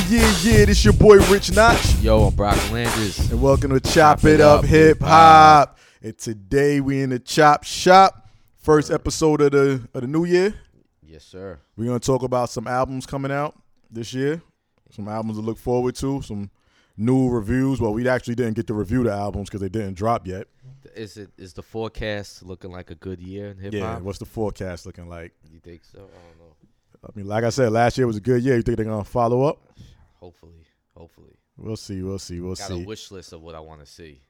it? It's your boy Rich Notch, Yo, I'm Brock Landis. and welcome to Chop, It Up Hip Hop. And today we in the Chop Shop, first episode of the of the new year. Yes, sir. We're gonna talk about some albums coming out this year, some albums to look forward to, some new reviews. Well, we actually didn't get to review the albums because they didn't drop yet. Is it is the forecast looking like a good year in hip Yeah, hop? what's the forecast looking like? you think so? I don't know. I mean, like I said, last year was a good year. You think they're gonna follow up? Hopefully, hopefully. We'll see. We'll see. We'll Got see. a wish list of what I want to see.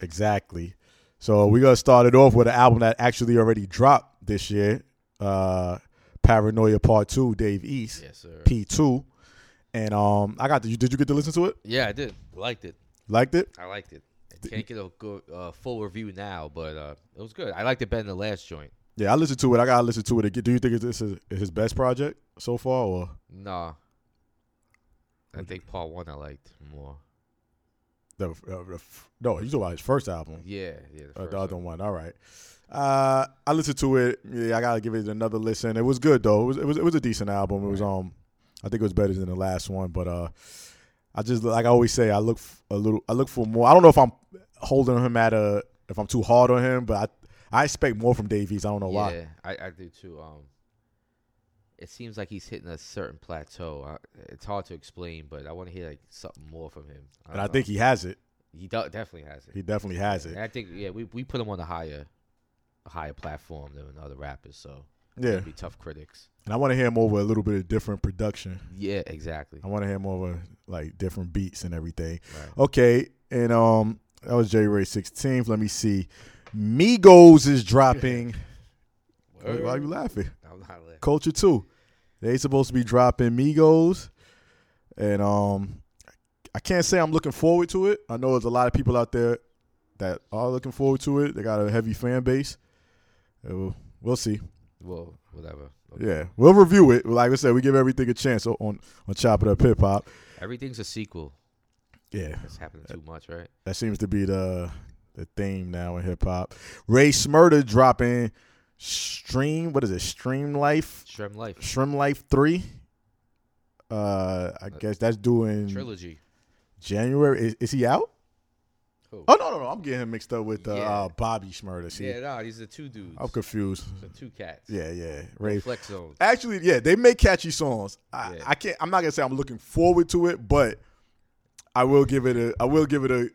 Exactly. So we're gonna start it off with an album that actually already dropped this year. Uh Paranoia Part Two, Dave East, Yes, sir. P two. And um I got the, did you get to listen to it? yeah, I did. Liked it. Liked it? I liked it. I can't get a good, uh, full review now, but uh, it was good. I liked it better than the last joint. Yeah, I listened to it. I gotta listen to it again. Do you think it's this is his best project so far or Nah. I think part one I liked more. the, uh, the f- no, you talking about his first album. Yeah, yeah. Uh, The first the other one. one. All right. Uh, I listened to it. Yeah, I gotta give it another listen. It was good though. It was it was, it was a decent album. It was um, I think it was better than the last one. But uh, I just like I always say, I look f- a little. I look for more. I don't know if I'm holding him at a if I'm too hard on him, but I I expect more from Davies. I don't know why. Yeah, I, I do too. Um, it seems like he's hitting a certain plateau. I, it's hard to explain, but I want to hear like something more from him. And I think he has it. he, he do- definitely has it. He definitely has And it. I think yeah, we, we put him on a higher, a higher platform than other rappers, so Yeah. he'll be tough critics. And I want to hear him over a little bit of different production. Yeah, exactly. I want to hear him over like different beats and everything. Right. Okay, and um, that was January 16th. Let me see. Migos is dropping. Wait, Why are you laughing? I'm not laughing. Culture 2. They supposed to be dropping Migos. And um, I can't say I'm looking forward to it. I know there's a lot of people out there that are looking forward to it. They got a heavy fan base. Uh, we'll- We'll see. Well, whatever. Okay. Yeah, we'll review it. Like I said, we give everything a chance o- on on Chop It Up Hip Hop. Everything's a sequel. Yeah, That's happening too much, right? That seems to be the the theme now in hip hop. Ray Smurda dropping stream. What is it? Stream Life, Shrem Life Shrim Life Three. Uh, I guess that's doing trilogy. January. Is, is he out? Who? Oh no no no! I'm getting him mixed up with uh, Yeah. uh, Bobby Smurda. See, Yeah, nah, these are two dudes. I'm confused. The two cats. Yeah yeah. Ray. Flex zone. Actually, yeah, they make catchy songs. I, Yeah. I can't. I'm not gonna say I'm looking forward to it, but I will give it a. I will give it a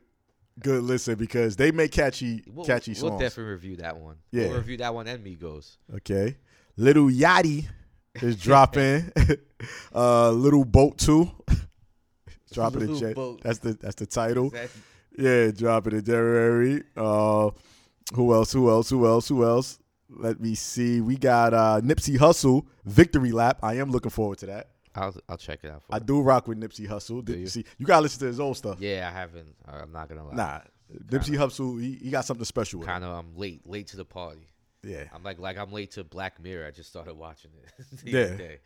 good listen because they make catchy We'll, catchy We'll songs. definitely review that one. Yeah. We'll review that one and Migos. Okay. Little Yachty is dropping. uh Little Boat 2. dropping Little in Jan- Boat. That's the that's the title. That, Yeah, dropping in January. Uh who else? Who else? Who else? Who else? Let me see. We got uh Nipsey Hustle, Victory Lap. I am looking forward to that. I'll I'll check it out for I you. do rock with Nipsey Hustle. Did you? you see? You gotta listen to his old stuff. Yeah, I haven't. I- I'm not gonna lie. Nah. Nipsey Hustle, he, he got something special with him. Kind of. I'm late. Late to the party. Yeah. I'm like like I'm late to Black Mirror. I just started watching it. the Yeah. other day.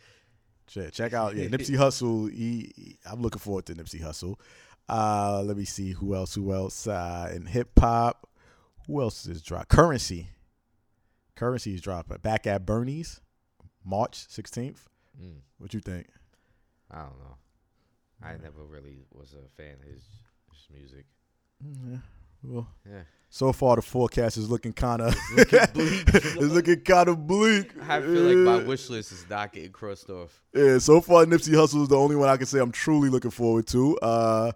Check, check out yeah, Nipsey Hustle. He, he- I'm looking forward to Nipsey Hustle. Uh, let me see who else. Who else uh, in hip hop? Who else is drop? Currency. Currency is dropping. Back at Bernie's, March 16th. Mm, What you think? I don't know. I Mm. never really was a fan of his, his music. Mm-hmm. Well, Yeah. so far the forecast is looking kind of Looking bleak. it's looking kind of bleak. I feel like my Yeah. wish list is not getting crossed off. Yeah, so far Nipsey Hussle is the only one I can say I'm truly looking forward to. Uh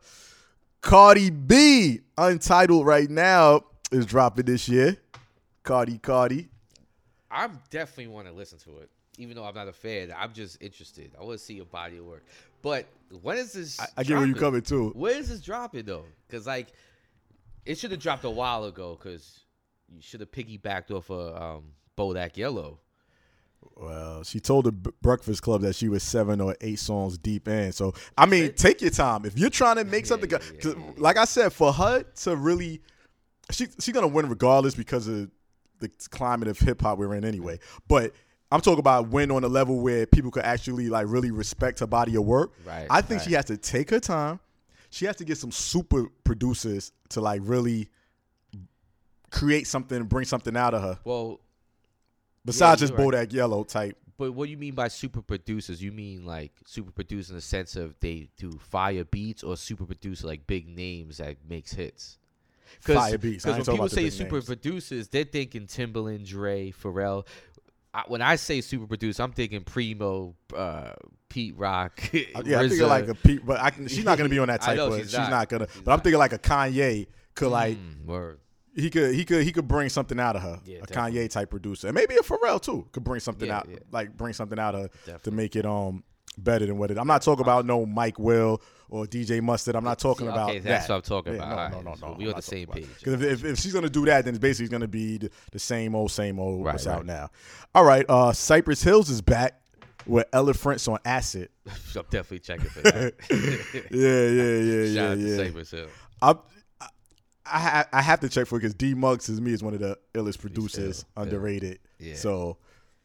Cardi B, Untitled right now, is dropping this year. Cardi Cardi. I'm definitely want to listen to it, even though I'm not a fan. I'm just interested. I want to see your body of work. But when is this? I, I get where you dropping? coming to. Where is this dropping though? Because like, it should have dropped a while ago. Because you should have piggybacked off of um, Bodak Yellow. Well, she told the B- Breakfast Club that she was seven or eight songs deep in. So I mean, take your time. If you're trying to make Yeah, something, yeah, good- yeah, 'cause yeah, yeah. like I said, for her to really, she she's gonna win regardless because of the climate of hip hop we're in anyway. But I'm talking about win on a level where people could actually like really respect her body of work. Right, I think she right. has to take her time. She has to get some super producers to like really create something, bring something out of her. Well, Besides you're just right. Bodak Yellow type But what you mean by super producers? You mean like super producer in the sense of they do fire beats or super producer like big names that makes hits? Fire beats. I ain't talking Because when people about the say big super names. producers, they're thinking Timbaland, Dre, Pharrell. I, when I say super producer, I'm thinking Primo, uh, Pete Rock. I- Uh, yeah, I'm RZA. thinking like a Pete, but I can, she's not gonna be on that I type. know of, she's she's not. not, gonna. She's but I'm not. thinking like a Kanye could like Mm, word. he could he could he could bring something out of her. Yeah, a definitely. Kanye type producer, and maybe a Pharrell too could bring something Yeah, out yeah. like bring something out of her to Definitely. make it um better than what it. I'm not talking about no Mike Will or DJ Mustard. I'm not talking See, about okay, that's that. what I'm talking Yeah, about. no, All no, right, no, so no, we I'm on not the same talking page. about- 'Cause if, if, if she's gonna do that, then it's basically gonna be the, the same old, same old Right, what's right. out now. All right, uh, Cypress Hills is back with Elephants on acid. I'm definitely checking for that. yeah, yeah, yeah, yeah, Shout out to yeah. Sabres Hill. I'm- I, I ha- I have to check for it because D Muggs to me is one of the illest producers, ill, ill. underrated. Yeah. So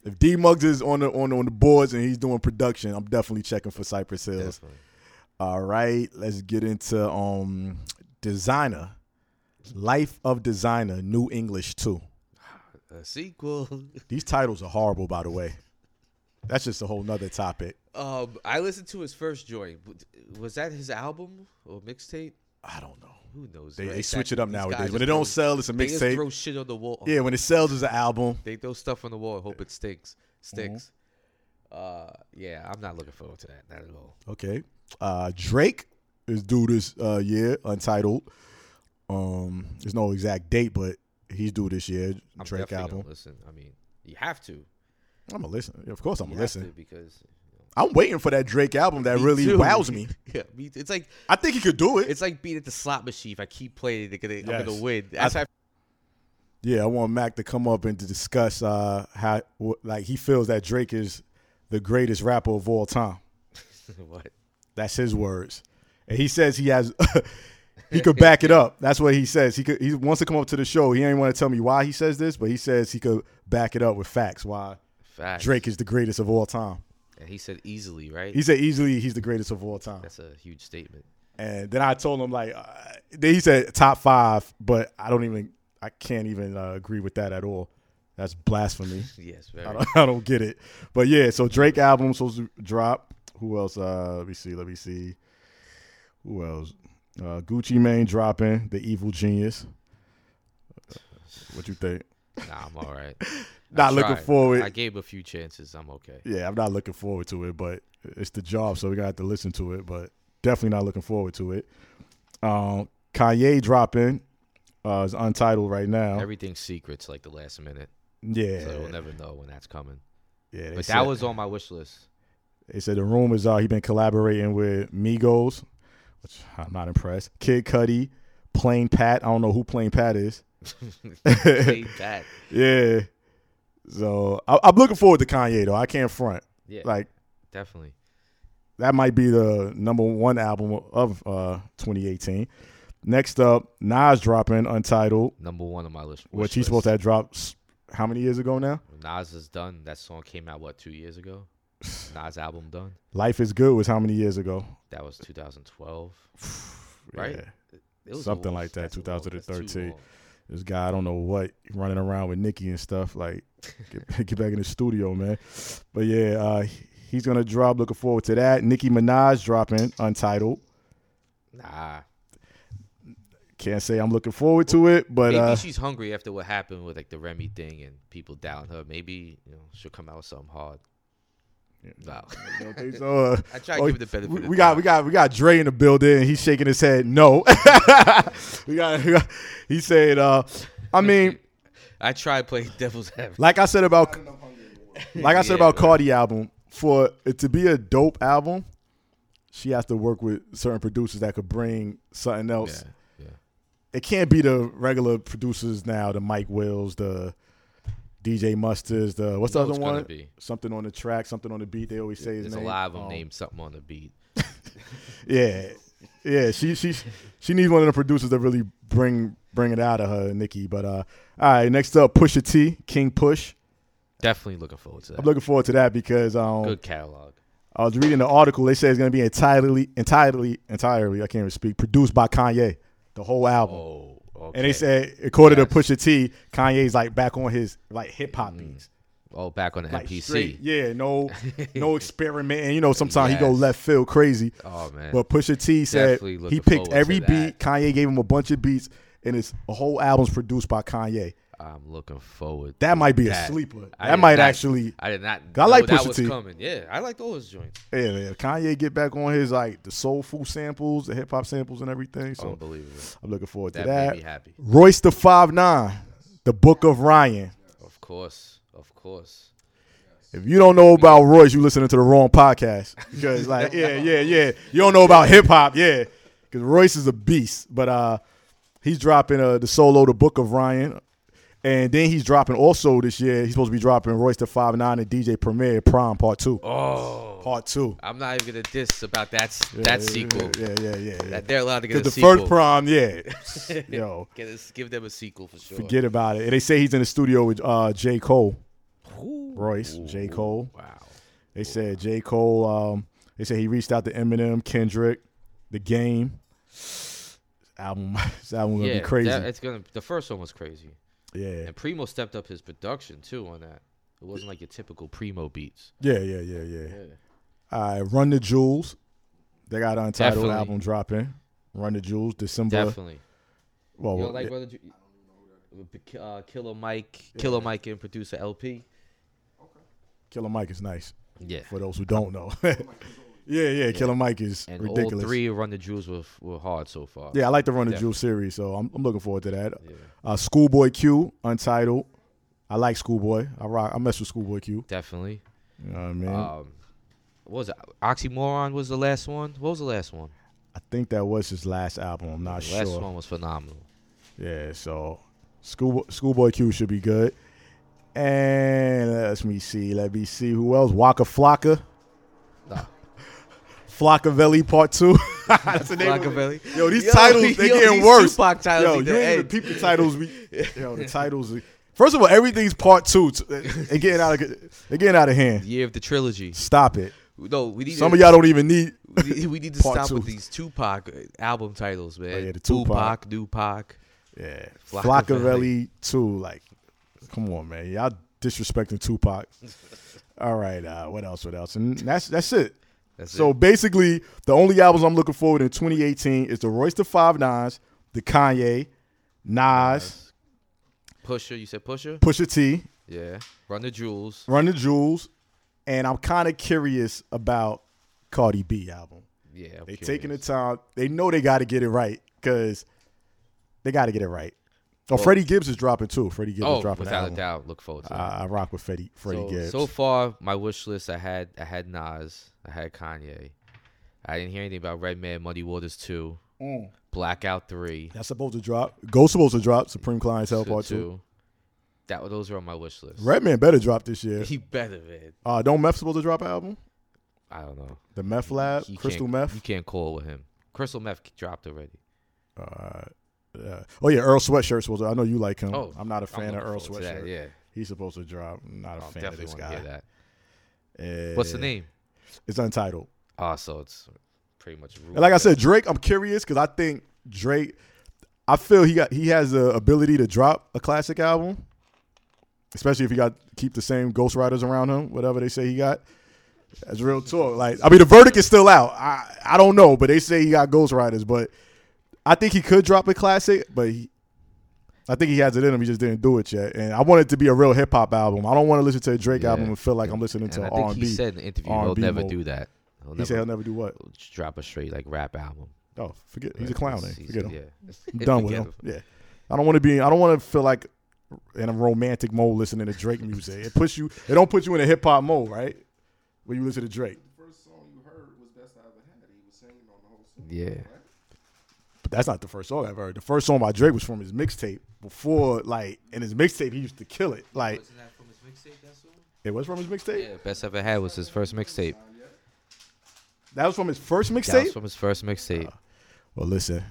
if D Muggs is on the on the, on the boards and he's doing production, I'm definitely checking for Cypress Hills. Definitely. All right, let's get into um designer, life of designer, New English two. A sequel. These titles are horrible, by the way. That's just a whole nother topic. Um, I listened to his first joint. W- Was that his album or mixtape? I don't know. Who knows? They, right? they switch it That- up these guys nowadays. When just it don't throw- sell, it's a they just mixtape. throw shit on the wall. Yeah, when it sells, it's an album. They throw stuff on the wall and hope it stinks. Mm-hmm. Sticks. Uh, yeah, I'm not looking forward to that. Not at all. Okay. Uh, Drake is due this uh, year, Untitled. Um, there's no exact date, but he's due this year. I'm Drake definitely gonna album. Listen, I mean, you have to. You I'm gonna listen. Of course, I'm have gonna listen. to because you know, I'm waiting for that Drake album that me really too. wows me. yeah, me too. it's like I think he could do it. it's like being at the slot machine. If I keep playing, they're gonna, I'm Yes. gonna win. That's how yeah, I want Mac to come up and to discuss uh, how wh- like he feels that Drake is the greatest rapper of all time. I, what? That's his words. And he says he has he could back it up. That's what he says. He could he wants to come up to the show. He ain't want to tell me why he says this, but he says he could back it up with facts why Facts. Drake is the greatest of all time. And he said easily, right? He said easily he's the greatest of all time. That's a huge statement. And then I told him like uh, then he said top 5, but I don't even I can't even uh, agree with that at all. That's blasphemy. Yes, very. I don't, I don't get it. But yeah, so Drake album supposed to drop. Who else? Uh, let me see. Let me see. Who else? Uh, Gucci Mane dropping. The Evil Genius. What you think? Nah, I'm all right. Not I looking tried. forward. I gave a few chances. I'm okay. yeah, I'm not looking forward to it, but it's the job, so we gotta have to listen to it. But definitely not looking forward to it. Um, Kanye dropping. Uh, is untitled right now. Everything's secrets like the last minute, yeah, so we'll never know when that's coming. yeah. they But said- that was on my wish list. They said the rumors are he been collaborating with Migos, which I'm not impressed. Kid Cudi, Plain Pat. I don't know who Plain Pat is. Say that. yeah. So I, I'm looking forward to Kanye though. I can't front. Yeah, Like definitely. that might be the number one album of uh 2018. Next up, Nas dropping Untitled, Number one on my list. which he's supposed to have dropped s- how many years ago now? Nas is done. That song came out what two years ago. Nas album done. Life is Good was how many years ago? That was 2012. Right. Yeah. It was Something long. like that, That's long. That's too 2013. long. this guy, I don't know what, running around with Nicki and stuff. Like, get, get back in the studio, man. But yeah, uh, he's gonna drop. Looking forward to that. Nicki Minaj dropping Untitled. Nah, Can't say I'm looking forward to it, but maybe uh, she's hungry after what happened with like the Remy thing and people down her. Maybe you know she'll come out with something hard. Wow. you know, things, uh, I try to oh, give it the benefit. we, of we got doubt. we got we got Dre in the building. And he's shaking his head. No, we got. We got he said, uh, I mean, I tried playing devil's advocate. like I said about, like I said Yeah, about right. Cardi album, for it to be a dope album, she has to work with certain producers that could bring something else. yeah. It can't be the regular producers now, the Mike Wills, the DJ Musters, the what's the No, other it's gonna one? be. Something on the track, something on the beat. They always say his There's name. a lot of them Um, named something on the beat. Yeah, yeah. She she she needs one of the producers to really bring bring it out of her, Nikki. But uh, all right. Next up, Pusha T, King Push. Definitely looking forward to that. I'm looking forward to that because um, Good catalog. I was reading the article. They say it's going to be entirely, entirely, entirely. I can't even speak. Produced by Kanye, the whole album. Oh, okay. And they said, according Yes. to Pusha T, Kanye's like back on his like hip hop beats. all Oh, back on Mm, the Like MPC. straight, yeah, no, no experimenting. You know, sometimes he go Yes. left field crazy. Oh man. But Pusha T said Definitely looking he picked forward to every that. beat. Kanye gave him a bunch of beats, and it's a whole album's produced by Kanye. I'm looking forward. That might be a That- sleeper. I that did might not- actually. I did not. I know like that Pusha was T. coming. Yeah, I liked all his joints. Yeah, yeah, Kanye get back on his like the soul food samples, the hip hop samples, and everything. So Unbelievable. I'm looking forward to That, that. made me happy. Royce the Five Nine, the Book of Ryan. Of course, of course. If you don't know about Royce, you listening to the wrong podcast. Because like, yeah, yeah, yeah. You don't know about hip hop, yeah. Because Royce is a beast, but uh, he's dropping uh the solo, the Book of Ryan, and then he's dropping also this year. He's supposed to be dropping Royce the Five Nine and DJ Premier Prime Part Two. Oh, Part Two. I'm not even gonna diss about that s- that Yeah, sequel. Yeah, yeah, yeah. yeah. That they're allowed to get a Because the sequel. first prime, yeah, yo, Get us- give them a sequel for sure. forget about it. And they say he's in the studio with uh J Cole. Ooh. Royce, J. Cole. Wow. They said J. Cole. Um, they said he reached out to Eminem, Kendrick, The Game. This album, this album gonna yeah, be crazy. that- it's gonna. The first one was crazy, yeah, and Primo stepped up his production too on that. It wasn't like your typical Primo beats. yeah, yeah, yeah, yeah. Yeah. All right, Run the Jewels. They got an untitled Definitely. album dropping. Run the Jewels, December. Definitely. Well, You don't like yeah. Brother Ju- uh, Killer Mike, Killer Mike and producer LP. Killer Mike is nice Yeah. for those who don't know. yeah, yeah, Killer Mike is And all ridiculous. three Run the Jewels were, were hard so far. yeah, I like the Run the Definitely. Jewels series, so I'm, I'm looking forward to that. Yeah, Uh, Schoolboy Q, Untitled. I like Schoolboy. I rock. I mess with Schoolboy Q. definitely. You know what I mean? Um, what was it? Oxymoron was the last one. What was the last one? I think that was his last album. I'm not the last sure. one was phenomenal. Yeah, so School Schoolboy Q should be good. And let me see. Let me see who else. Waka Flocka. Nah. Flockavelli Part Two. That's the name. Of it. Machiavelli. Yo, these Yo, titles they yo, getting these worse. Tupac titles yo, need you to ain't even end. peep the titles. We, yo, the titles. First of all, everything's Part Two. T- They getting out of they getting out of hand. Year of the trilogy. Stop it. No, we need Some to, of y'all don't even need. We need- we need to Part stop with two. Oh, these Tupac uh, album titles, man. yeah, the Tupac. Tupac, Tupac. Yeah, Flockavelli. Flockavelli too. Like, come on, man, y'all disrespecting Tupac. All right, uh, what else? What else? And that's that's it. That's so it. basically, the only albums I'm looking forward in 2018 is the Royce the Five Nines, the Kanye, Nas, Pusher, you said Pusher? Pusha T, Yeah. Run the Jewels. Run the Jewels, and I'm kind of curious about Cardi B album. Yeah. I'm They taking the curious. time. They know they got to get it right because they got to get it right. Oh, Freddie Gibbs is dropping too. Freddie Gibbs Oh, is dropping. Ah, an without a album. doubt. Look forward to that. I, I rock with Freddie, Freddie so, Gibbs. so far, my wish list I had I had Nas, I had Kanye. I didn't hear anything about Redman, Muddy Waters 2, Blackout 3, That's supposed to drop. Ghost supposed to drop. Supreme Clientele so Part Two. two. That those are on my wish list. Redman better drop this year. He better man. Uh, don't Meth supposed to drop an album? I don't know. The Meth Lab, He Uh, Crystal can't- Meth. You can't call with him. Crystal Meth dropped already. Uh, uh, oh yeah, Earl Sweatshirt supposed to. I know you like him. Oh, I'm not a fan I'm of looking Earl forward to Sweatshirt. that, Yeah, He's supposed to drop. I'm not a I'm fan of definitely this want to hear guy. that. Yeah. What's the name? It's Untitled. Oh, so it's pretty much. And like I said, Drake. I'm curious because I think Drake. I feel he got he has the ability to drop a classic album, especially if he got keep the same ghostwriters around him, whatever they say he got. That's real talk. Like I mean, the verdict is still out. I I don't know, but they say he got ghostwriters. But I think he could drop a classic, but he. I think he has it in him. He just didn't do it yet, and I want it to be a real hip hop album. I don't want to listen to a Drake Yeah. album and feel like I'm listening and to I an think R&B. he said in the interview he'll R&B never mode. do that. He'll he never said he'll never do what. drop a straight like rap album. Oh, forget. He's a Like, clown. it's- eh? he's- Forget him. Yeah. I'm done with Forget him. Yeah. I don't want to be. I don't want to feel like in a romantic mode listening to Drake music. It puts you. It don't put you in a hip hop mode, right? When you listen to Drake. first song you heard was Best I Ever Had. He was singing on the whole song. Yeah. But that's not the first song I've heard. The first song by Drake was from his mixtape. Before, like, in his mixtape, he used to kill it. Like, Wasn't that from his mixtape? That song? it was from his mixtape. Yeah, best ever had was his first mixtape. That was from his first That was mixtape. from his first mixtape. Uh, Well, listen,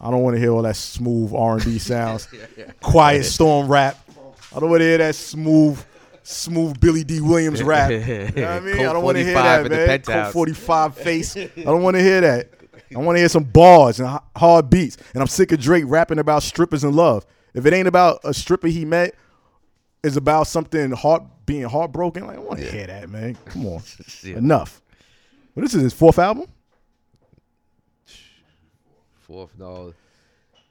I don't want to hear all that smooth R and B sounds, quiet storm rap. I don't want to hear that smooth, smooth Billy D. Williams rap. You know what I mean? I don't want to hear that, man. Code 45 face. I don't want to hear that. I want to hear some bars and h- hard beats. And I'm sick of Drake rapping about strippers and love. If it ain't about a stripper he met is about something heart being heartbroken. Like I want to hear that, man. Come on, Yeah. enough. Well, this is his fourth album. Fourth, no.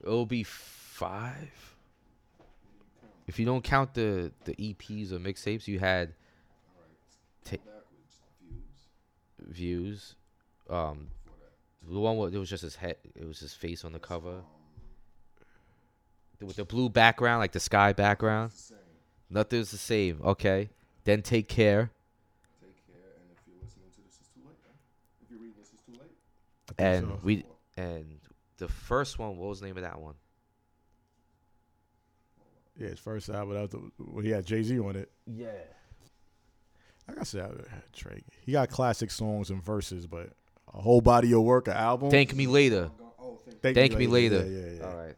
It'll be five. If you don't count the, the EPs or mixtapes, you had ta- views. Um, the one where it was just his head, it was his face on the cover. The- With the blue background, like the sky background. Nothing's the same. Okay. Then take care. Take care, and if you're listening to this, it's too late. Huh? If you're reading this, it's too late. And so. we and the first one, what was the name of that one? Yeah, his first album. That was the, well, he had Jay Z on it. Yeah. Like I said, I- Drake. He got classic songs and verses, but a whole body of work, an album. Thank me later. Go- oh, thank you. Thank, Thank me later. Yeah, yeah, yeah. All right.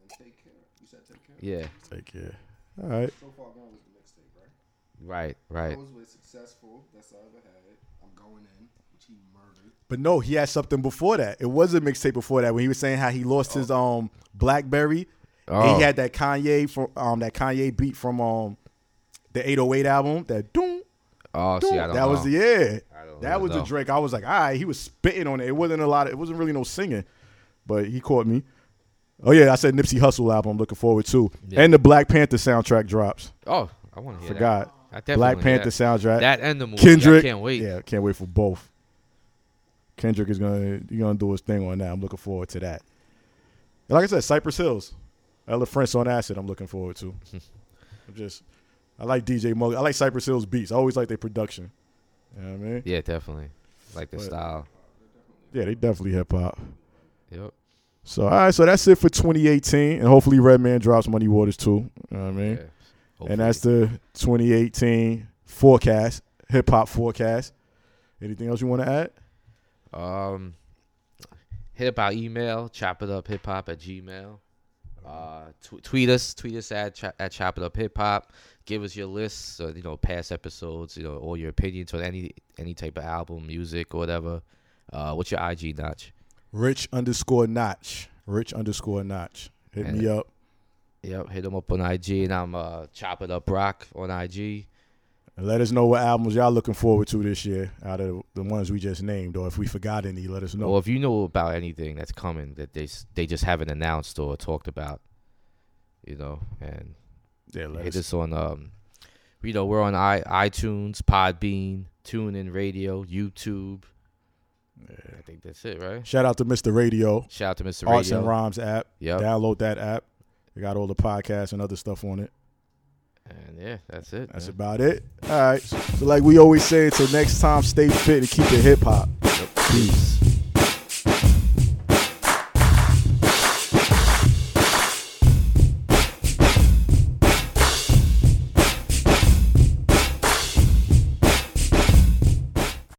And take care. You said take care. Yeah. Take care. All right. So far gone was the mixtape, right? Right. Right. I was with successful. That's all I ever had. I'm going in, which he murdered. But no, he had something before that. It was a mixtape before that when he was saying how he lost his um BlackBerry. And Oh. he had that Kanye from um that Kanye beat from um the 808 album. That doom Oh, doom. see, I That don't was know. the yeah. I don't That really was the know. Drake. I was like, all right, he was spitting on it. It wasn't a lot. Of, it wasn't really no singing, but he caught me. Oh yeah, I said Nipsey Hustle album. I'm looking forward to, Yeah. and the Black Panther soundtrack drops. Oh, I want to hear Forgot that. I definitely Black wanna hear Panther soundtrack. That. that and the movie. Kendrick. I can't wait. Yeah, can't wait for both. Kendrick is gonna you gonna do his thing on that. I'm looking forward to that. And like I said, Cypress Hills, Ella Prince on acid. I'm looking forward to. I'm just, I like DJ Mugg. I like Cypress Hills beats. I always like their production. You know what I mean? Yeah, definitely. Like the But- style. Yeah, they definitely hip hop. Yep. So all right, so that's it for 2018, and hopefully Redman drops Money Waters too. You know what I mean? Yeah. Hopefully. And that's the 2018 forecast, hip hop forecast. Anything else you want to add? um, hit up our email, chop it up hip hop at gmail. Uh, tw- tweet us, tweet us at ch- at chop it up hip hop. Give us your lists, uh, you know, past episodes, you know, all your opinions on any any type of album, music, or whatever. Uh, what's your IG notch? Rich underscore Notch. Rich underscore Notch. Hit me up. Yep, hit them up on IG, and I'm uh, chop it up rock on IG. And let us know what albums y'all looking forward to this year out of the ones we just named, or if we forgot any, let us know. Or if you know about anything that's coming that they s- they just haven't announced or talked about, you know, and yeah, let hit us. us on um, you know, we're on I, iTunes, Podbean, TuneIn Radio, YouTube. I think that's it, right? Shout out to Mr. Radio, Shout out to Mr. Arts and Radio. Rhymes app. Yep. Download that app. We got all the podcasts and other stuff on it. And yeah, that's it. That's man. about it. All right. So, like we always say, until next time, stay fit and keep it hip hop. Peace.